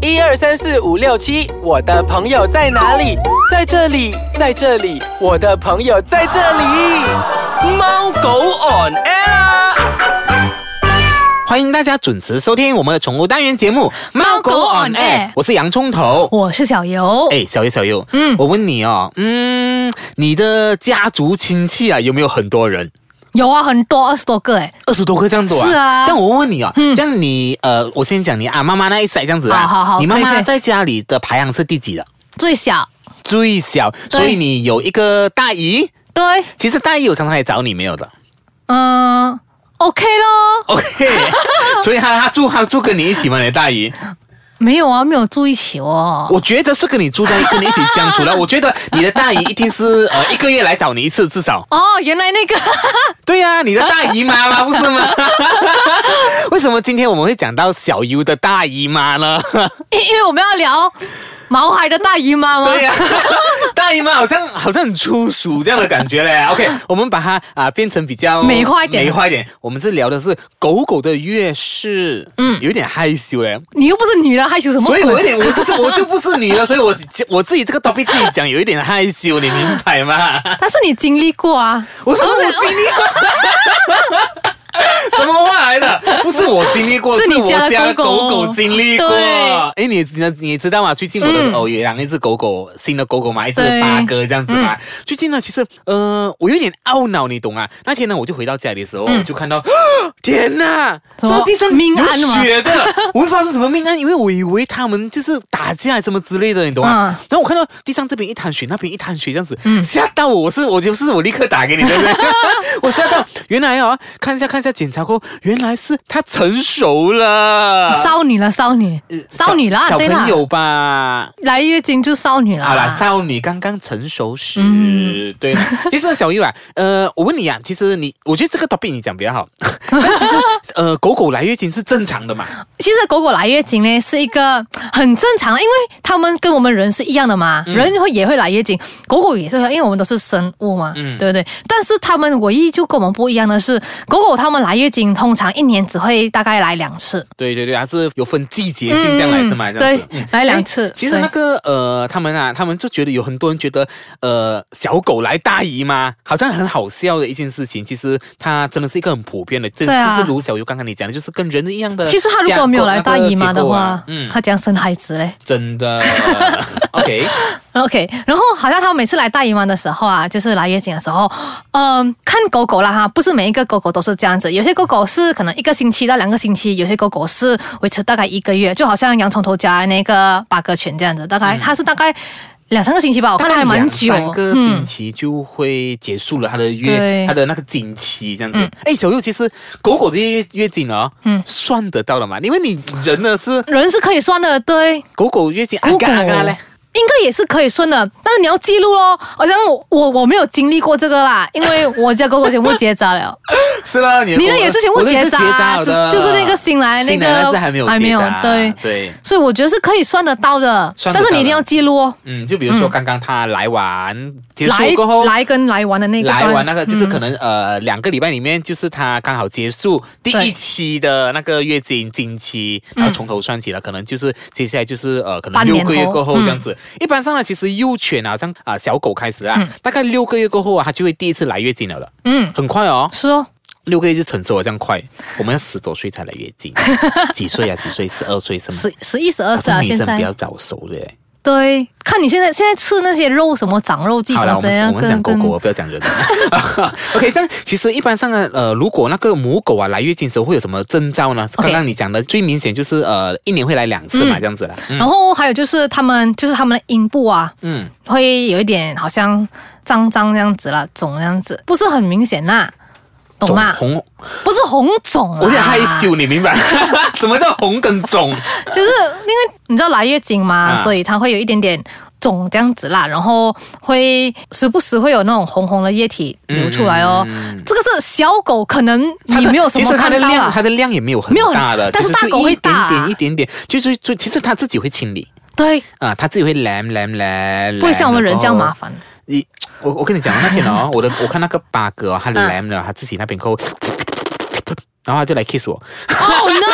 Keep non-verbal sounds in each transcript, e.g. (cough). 一二三四五六七，我的朋友在哪里？在这里，在这里，我的朋友在这里。猫狗 on air 啊。欢迎大家准时收听我们的宠物单元节目《猫狗 on air 我是洋葱头。我是小游。哎，小优小优，嗯我问你哦，嗯，你的家族亲戚啊有没有很多人？有啊，很多二十多个哎。二十多个这样子啊？是啊这样我问问你哦，嗯这样你呃，我先讲你啊，妈妈那一代这样子啊，好好好你妈可以可妈以在家里的排行是第几的？最小，最小，对所以你有一个大姨。对，其实大姨有常常来找你没有的嗯、o k 咯， (laughs) ，OK，所以她她住她住跟你一起吗？你的大姨，没有啊，没有住一起哦。 (laughs) 我觉得是跟你住在跟你一起相处了。我觉得你的大姨一定是呃一个月来找你一次至少。哦，原来那个 (laughs) 对呀、你的大姨妈吗？不是吗？ (laughs) 为什么今天我们会讲到小优的大姨妈呢？因因为我们要聊毛孩的大姨妈吗？ (laughs) 对呀、大姨妈好像好像很粗俗这样的感觉 (laughs) 嘞。OK，我们把它啊、变成比较美化一点美化一点。我们是聊的是狗狗的月事，嗯，有点害羞嘞，你又不是女的，害羞什么所鬼？以我有点我就是我就不是女的，所以我我自己这个 topic 自己讲有一点害羞，你明白吗？但是你经历过啊，我说我经历过。 (laughs) 什么话来的？不是我经历过，是你我家的家的狗狗狗狗经历过。对哎，你你你知道吗？最近我的嗯哦，有养一只狗狗，新的狗狗嘛，一只对嗯八哥这样子嘛。最近呢，其实呃，我有点懊恼，你懂啊？那天呢，我就回到家里的时候，我就看到， (gasps) 天哪，嗯什么这地上命案有吗血的，我会发生什么命案？因为我以为他们就是打架什么之类的，你懂吗？嗯然后我看到地上这边一滩血，那边一滩血，这样子，嗯吓到我，我是我就是我立刻打给你，对不 (laughs) 对？我吓到，原来哦，看一下看一下检查过，原来是他成熟了，少女了，少女，少女啦，啊呃小小对啦啊朋，友吧。来月经就少女啦。好啦，少女刚刚成熟时，嗯对。其实小玉啊，呃，我问你啊，其实你，我觉得这个 topic 你讲比较 (laughs) 好。但其实，呃，狗狗来月经是正常的嘛？其实狗狗来月经呢是一个很正常的，因为它们跟我们人是一样的嘛，嗯人会也会来月经，狗狗也是会，因为我们都是生物嘛，嗯对不对？但是它们唯一就跟我们不一样的是，狗狗它们来月经通常一年只会大概来两次，对对对，它是有分季节性这样来是吗？嗯这样子对来两次诶哎其实那个呃，他们啊，他们就觉得有很多人觉得呃，小狗来大姨妈好像很好笑的一件事情。其实它真的是一个很普遍的，这、对啊就是卢小优刚刚你讲的，就是跟人一样的架构。其实它如果没有来大姨妈那个结的构话，啊嗯，它怎样生孩子嘞？真的 (laughs) OK， OK，然后好像他每次来大姨妈的时候啊，就是来月经的时候，嗯、看狗狗啦哈，不是每一个狗狗都是这样子，有些狗狗是可能一个星期到两个星期，有些狗狗是维持大概一个月，就好像洋葱头家那个八哥犬这样子，大概、它是大概两三个星期吧，我看它 (laughs) 哦还蛮久，嗯大概两三个星期就会结束了它的月，对它的那个经期这样子。哎、小右，其实狗狗的月月经哦，嗯嗯，算得到的嘛，因为你人呢是人是可以算的，对。狗狗月经，狗狗啊嘎啊嘎嘞。应该也是可以算的，但是你要记录咯。好像我我我没有经历过这个啦，因为我家狗狗全部结扎 (laughs) 了。是啦，你你的也是全部我的结是扎扎了的，只就是那个新来那个新来那只还没有还没结有扎，对对。所以我觉得是可以算得到的，算得但到的是你一定要记录哦。嗯，就比如说嗯刚刚他来玩结束来过后，来跟来玩的那个来段玩那个就是可嗯能、呃两个礼拜里面，就是他刚好结束第一对期的那个月经经期，然后从头算起了，可能就是接下来就是呃可能半六年个月后过后这样嗯子。一般上呢，其实幼犬啊，像啊、小狗开始啊，嗯大概六个月过后啊，它就会第一次来月经了的，嗯很快哦，是哦，六个月就成熟了，这样快。我们要十多岁才来月经，几岁啊？几岁？十二岁是吗？十十一十二好岁像啊，女现生比在较早熟的耶。对，看你现在现在吃那些肉什么长肉剂好什了，么我怎样们我们讲跟狗跟狗，我不要讲人。OK，这样 (laughs) 其实一般上呢，呃，如果那个母狗啊来月经的时候会有什么征兆呢？ OK 刚刚你讲的最明显就是呃，一年会来两次嘛，嗯这样子啦。嗯然后还有就是他们就是他们的阴部啊，嗯，会有一点好像脏脏这样子啦，肿这样子，不是很明显啦，懂啊肿吗？红，不是红肿啦，我有点害羞，你明白？ (laughs) 什么叫红跟肿？ (laughs) 就是因为你知道来月经嘛，啊所以它会有一点点肿这样子啦，然后会时不时会有那种红红的液体流出来哦。嗯这个是小狗，可能它你的没有什其么实它看的到量，啦它的量也没有很没有很大的，但是其实大狗就会一大啊点点一点点，就是就其实它自己会清理。对，啊，它自己会来来来，不会像我们人这样麻烦。你我我跟你讲，那天 (laughs) 哦，我的我看那个八哥、哦，他嗯来了，他自己那边扣，然后他就来 kiss 我， Oh no！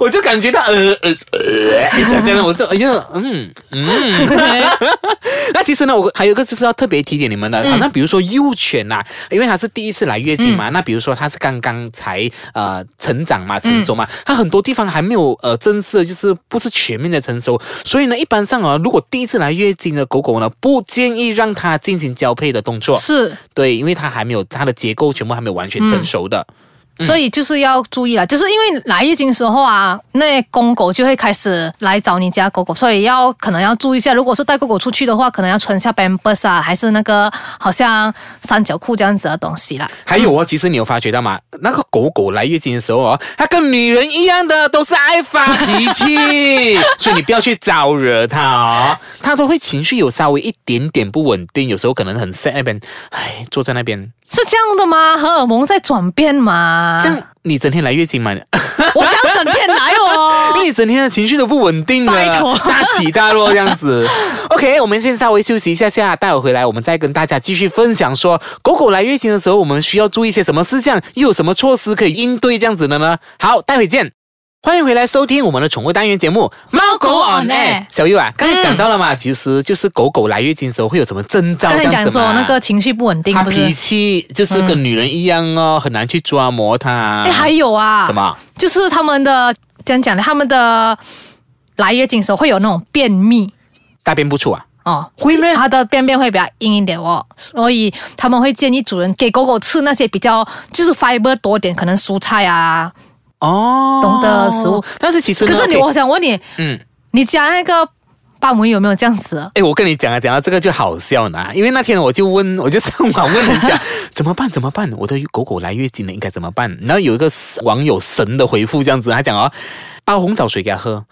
我就感觉到呃呃呃，一直这样的，我就哎呀，嗯嗯。 (laughs) 那其实呢，我还有一个就是要特别提点你们的，好像比如说幼犬呐、因为它是第一次来月经嘛，那比如说它是刚刚才呃成长嘛、成熟嘛，它很多地方还没有呃正式的，就是不是全面的成熟，所以呢，一般上啊，如果第一次来月经的狗狗呢，不建议让它进行交配的动作， (laughs) 是，对，因为它还没有它的结构全部还没有完全成熟的。嗯所以就是要注意了，就是因为来月经时候啊，那公狗就会开始来找你家狗狗，所以要可能要注意一下。如果是带狗狗出去的话，可能要穿下 pampers 啊，还是那个好像三角裤这样子的东西啦。还有哦，其实你有发觉到吗？那个狗狗来月经的时候哦，它跟女人一样的，都是爱发脾气，所以你不要去招惹它哦。它都会情绪有稍微一点点不稳定，有时候可能很 sad 那边，唉，坐在那边。是这样的吗？荷尔蒙在转变吗？这样，你整天来月经吗？我这样整天来哦因。 (laughs) 为你整天的情绪都不稳定的，拜托大起大落这样 (laughs) 子。OK，我们先稍微休息一下下，待会回来我们再跟大家继续分享说，狗狗来月经的时候，我们需要注意些什么事项，又有什么措施可以应对这样子的呢？好，待会见。欢迎回来收听我们的宠物单元节目《猫狗 on on air air》。小优啊，刚才讲到了嘛，其实就是狗狗来月经的时候会有什么征兆嗯刚这才样子嘛？讲说那个情绪不稳定它，不脾是？气就是跟女人一样哦，很难去抓摸它。哎，还有啊，什？么？就是他们的这样讲的，他们的来月经的时候会有那种便秘大便不出啊？哦。会咩？它的便便会比较硬一点哦，所以他们会建议主人给狗狗吃那些比较就是 fiber 多点，可能蔬菜啊。哦，懂得食物。但是其实呢，可是你，可以我想问你，嗯。你家那个巴姆有没有这样子？哎，我跟你讲啊，讲到这个就好笑呢，因为那天我就问， (laughs) 我就上网问人家怎么办，怎么办？我的狗狗来月经了，应该怎么办？然后有一个网友神的回复这样子，他讲哦，煲红枣水给他 (laughs) 喝。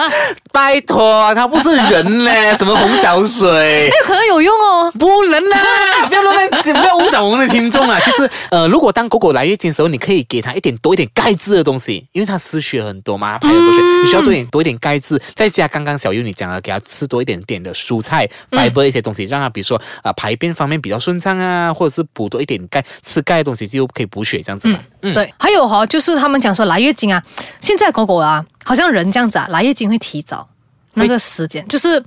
(laughs) 拜托，他不是人嘞，什么红枣水？可能有用哦。不能 (laughs) 啦，不要乱乱，不要误导我们的听众啦。就是呃，如果当狗狗来月经的时候，你可以给它一点多一点钙质的东西，因为它失血很多嘛，它排很多血，嗯你需要多一点多一点钙质。再加刚刚小优你讲了，给它吃多一点点的蔬菜、fiber 嗯一些东西，让它比如说啊、呃排便方面比较顺畅啊，或者是补多一点钙，吃钙的东西就可以补血这样子嘛。嗯，对，还有哈、就是他们讲说来月经啊，现在狗狗啊，好像人这样子啊，来月经会提早那个时间，就是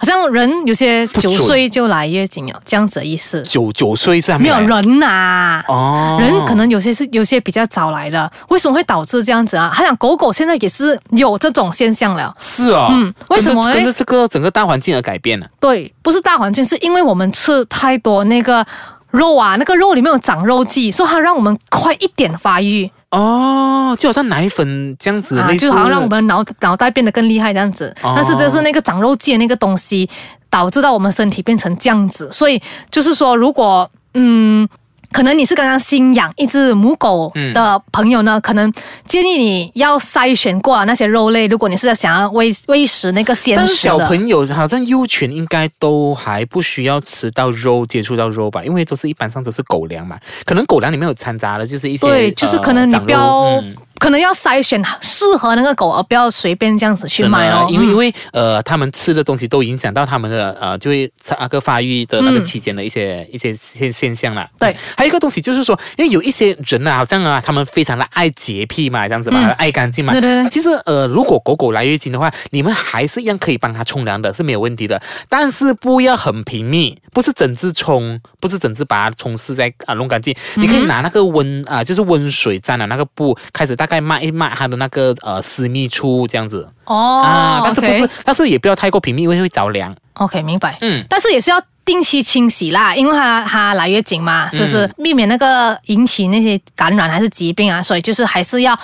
好像人有些九准岁就来月经了，这样子的意思。九九岁是还没来有人呐、哦人可能有些是有些比较早来的，为什么会导致这样子啊？他讲狗狗现在也是有这种现象了，是哦，嗯为什么跟着跟呢着这个整个大环境而改变呢、啊对，不是大环境，是因为我们吃太多那个肉啊，那个肉里面有长肉剂，所以它让我们快一点发育哦，就好像奶粉这样子类似的、啊，就好像让我们脑脑袋变得更厉害这样子。哦但是这是那个长肉剂的那个东西，导致到我们身体变成这样子，所以就是说，如果嗯。可能你是刚刚新养一只母狗嗯的朋友呢，可能建议你要筛选过啊那些肉类。如果你是想要喂喂食那个鲜但是食小的，朋友好像幼犬应该都还不需要吃到肉，接触到肉吧，因为都是一般上都是狗粮嘛，可能狗粮里面有掺杂了就是一些呃对，就是可能你不要，嗯可能要筛选适合那个狗，而不要随便这样子去去买买哦。，哦因为嗯因为呃，他们吃的东西都影响到他们的呃，就会那个发育的那个期间的一些、一些现现象啦。嗯对还有一个东西就是说，因为有一些人啊，好像啊，他们非常的爱洁癖嘛，这样子嘛，嗯爱干净嘛。对对对其实呃，如果狗狗来月经的话，你们还是一样可以帮它冲凉的，是没有问题的。但是不要很频密，不是整只冲，不是整只把它冲湿再啊弄嗯干净。你可以拿那个温啊、就是温水沾了那个布，开始大概抹一抹它的那个呃私密处这样子。哦，啊，但是不是 OK 但是也不要太过频密，因为会着凉。 OK 明白，嗯但是也是要定期清洗啦，因为它它来月经嘛，嗯就是避免那个引起那些感染还是疾病啊，所以就是还是要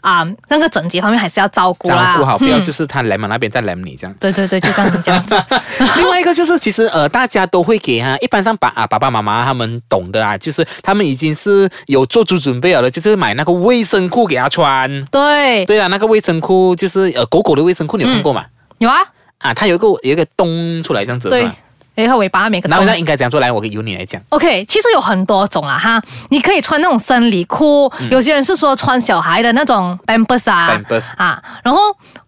啊、那个整洁方面还是要照顾照啦，顾好，不要嗯。就是他来嘛那边再来你这样对对对，就像你这样 (laughs) 子，另外一个就是，其实呃，大家都会给哈，一般上爸啊爸爸妈妈他们懂的啊，就是他们已经是有做足准备了的，就是买那个卫生裤给他穿。对，对啊，那个卫生裤就是呃狗狗的卫生裤，你有看过吗？有啊，啊，它有一个有一个洞出来这样子，是对吧，有一个尾巴每个然后洞那应该怎样做？来，我给由你来讲。 OK，其实有很多种啦哈，你可以穿那种生嗯理裤，有些人是说穿小孩的那种 pampers 啊 Pampers 啊，然后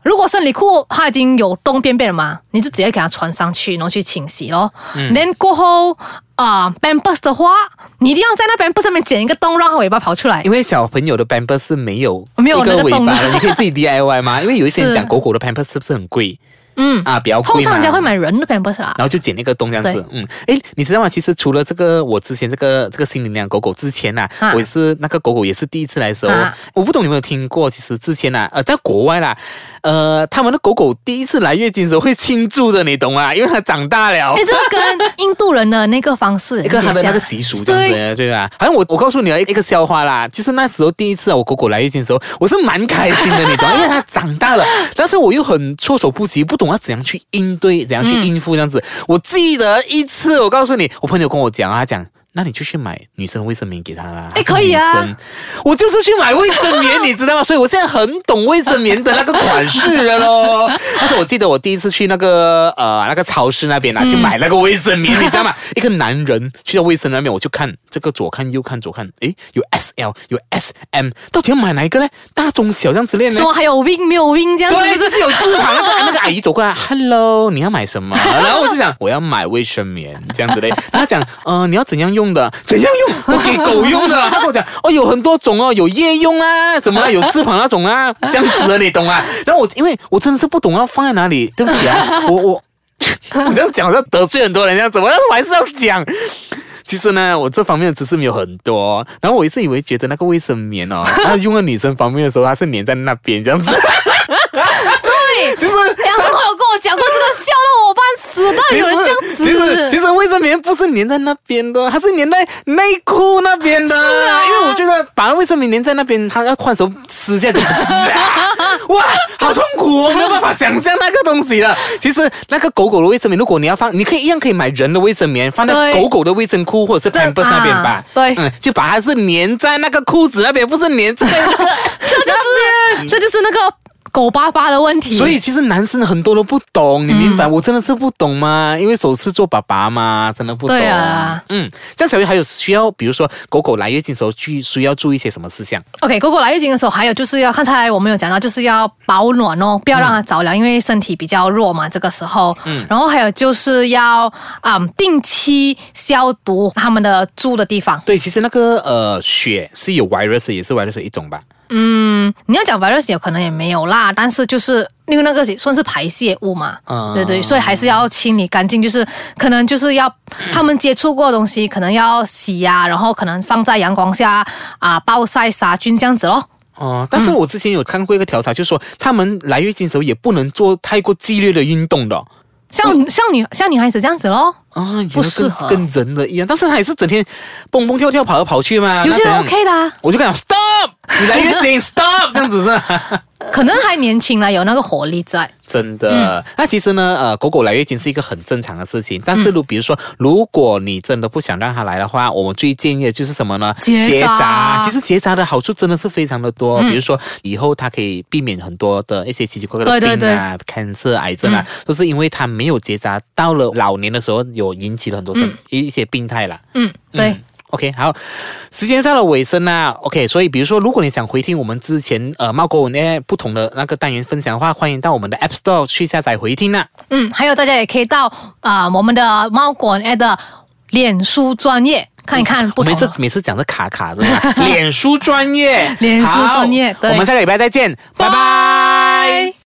如果生理裤它已经有洞便便了嘛，你就直接给它穿上去，然后去清洗咯。then 嗯过后啊、b a m b u s 的话，你一定要在那 b a m b u s 上面剪一个洞，让它尾巴跑出来因。为小朋友的 pamper 是没有没有一个那个尾洞的巴的，你可以自己 DIY (laughs) 吗？因为有一些人是讲狗狗的 pamper 是不是很贵嗯，啊？比较贵嘛通常人家会买人的啊 b a m b u s 啦然。后就剪那个洞这样子对，嗯，诶，你知道吗？其实除了这个，我之前这个这个新领养狗狗之前呐、啊我也是那个狗狗也是第一次来的时候，啊我不懂你有没有听过？其实之前呐、呃，在国外啦，呃，他们的狗狗第一次来月经的时候会庆祝的，你懂吗？因为它长大了哎，。这个跟印度人的那个方式， (laughs) 一个他的那个习形俗这样子，对吧？好像我我告诉你啊，一个一个笑话啦，就是那时候第一次啊，我狗狗来月经的时候，我是蛮开心的，你懂吗？因为它长大了， (laughs) 但是我又很措手不及，不懂要怎样去应对，怎样去应付这样子。我记得一次，我告诉你，我朋友跟我讲啊，他讲。那你就去买女生的卫生棉给她啦。她哎是可以啊女生， (laughs) 我就是去买卫生棉，你知道吗？所以我现在很懂卫生棉的那个款式了咯。但是我记得我第一次去那个呃那个超市那边啊，去买那个卫生棉，你知道吗？一个男人去到卫生那边，我就看这个左看右看左看，诶，有 S L 有 S M，到底要买哪一个呢？大中小这样之类的什呢么？还有 wing 没有 wing 这样对，子，就是有字旁 (laughs) 那个那个阿姨走过来，Hello，你要买 (laughs) 什么？然后我就讲我要买卫生棉这 (laughs) 样子嘞。然后她讲，呃，你要怎样用的？怎样 (laughs) 用？我给狗用的。她跟我讲，哦，有很多种哦，有夜用啊，什 (laughs) 么啊，有翅膀那种啊，这样子的，你懂啊？然后我因为我真的是不懂要放在哪里，对不 (laughs) 起啊，我我我这样讲好像得罪很多人这样子，我但是我还是要讲。其实呢，我这方面的知识没有很多，然后我一直以为觉得那个卫生棉哦， (laughs) 它用在女生方面的时候，它是粘在那边这样子。 (laughs) 对，梁振华有跟我讲过这个，笑到我半死，到底有人这样其实其子？实卫生棉不是粘在那边的，它是粘在内裤那边的。因为我觉得把卫生棉粘在那边，它要换手撕下去， (laughs) 啊哇，好痛苦哦，没有办法想象那个东西了。其实那个狗狗的卫生棉，如果你要放，你可以一样可以买人的卫生棉，放在对狗狗的卫生裤或者是 Pampers 那边吧啊。对嗯，就把它是粘在那个裤子那边，不是粘在那个这就是那个狗巴巴的问题。所以其实男生很多都不懂，你明白？我真的是不懂吗？因为首次做爸爸嘛，真的不懂。对啊，嗯，这样小鱼还有需要，比如说狗狗来月经的时候，去需要注意一些什么事项？ OK，狗狗来月经的时候，还有就是要刚才我们有讲到，就是要保暖哦，不要让它着凉，因为身体比较弱嘛，这个时候。嗯。然后还有就是要嗯定期消毒它们的住的地方。对，其实那个呃血是有 virus，的也是 virus 的一种吧。嗯，你要讲 virus 有可能也没有啦，但是就是因为那个也算是排泄物嘛，嗯对对，所以还是要清理干净，就是可能就是要他们接触过的东西，可能要洗呀、然后可能放在阳光下啊暴晒杀菌这样子咯。哦，但是我之前有看过一个调查，就说他们来月经的时候也不能做太过激烈的运动的哦像、像女像女孩子这样子咯，啊，原来不适合跟跟人的一样，但是他也是整天蹦蹦跳跳跑来跑去嘛。有些人那怎样 OK 的啊、我就跟他讲 stop，你来月经 stop 这样子是。可能还年轻了，有那个活力在。真嗯的，那其实呢，呃，狗狗来月经是一个很正常的事情。但嗯是如比如说，如果你真的不想让它来的话，我们最建议的就是什么呢？结扎嗯其实结扎的好处真的是非常的多，比如说以后它可以避免很多的一些奇奇怪怪的对对嗯病啊、cancer、癌症啊，都是因为它没有结扎，到了老年的时候有引起了很多生、一一些病态啦。嗯，对。嗯 OK，好，时间到了尾声啦。OK，所以比如说，如果你想回听我们之前呃猫狗那不同的那个单元分享的话，欢迎到我们的 App Store 去下载回听啦。嗯，还有大家也可以到啊、我们的猫馆 a 的脸书专业看一看不我同们的。这每次讲的卡卡的， (laughs) 脸书专业，脸书专业好对我们下个礼拜再见，拜拜。拜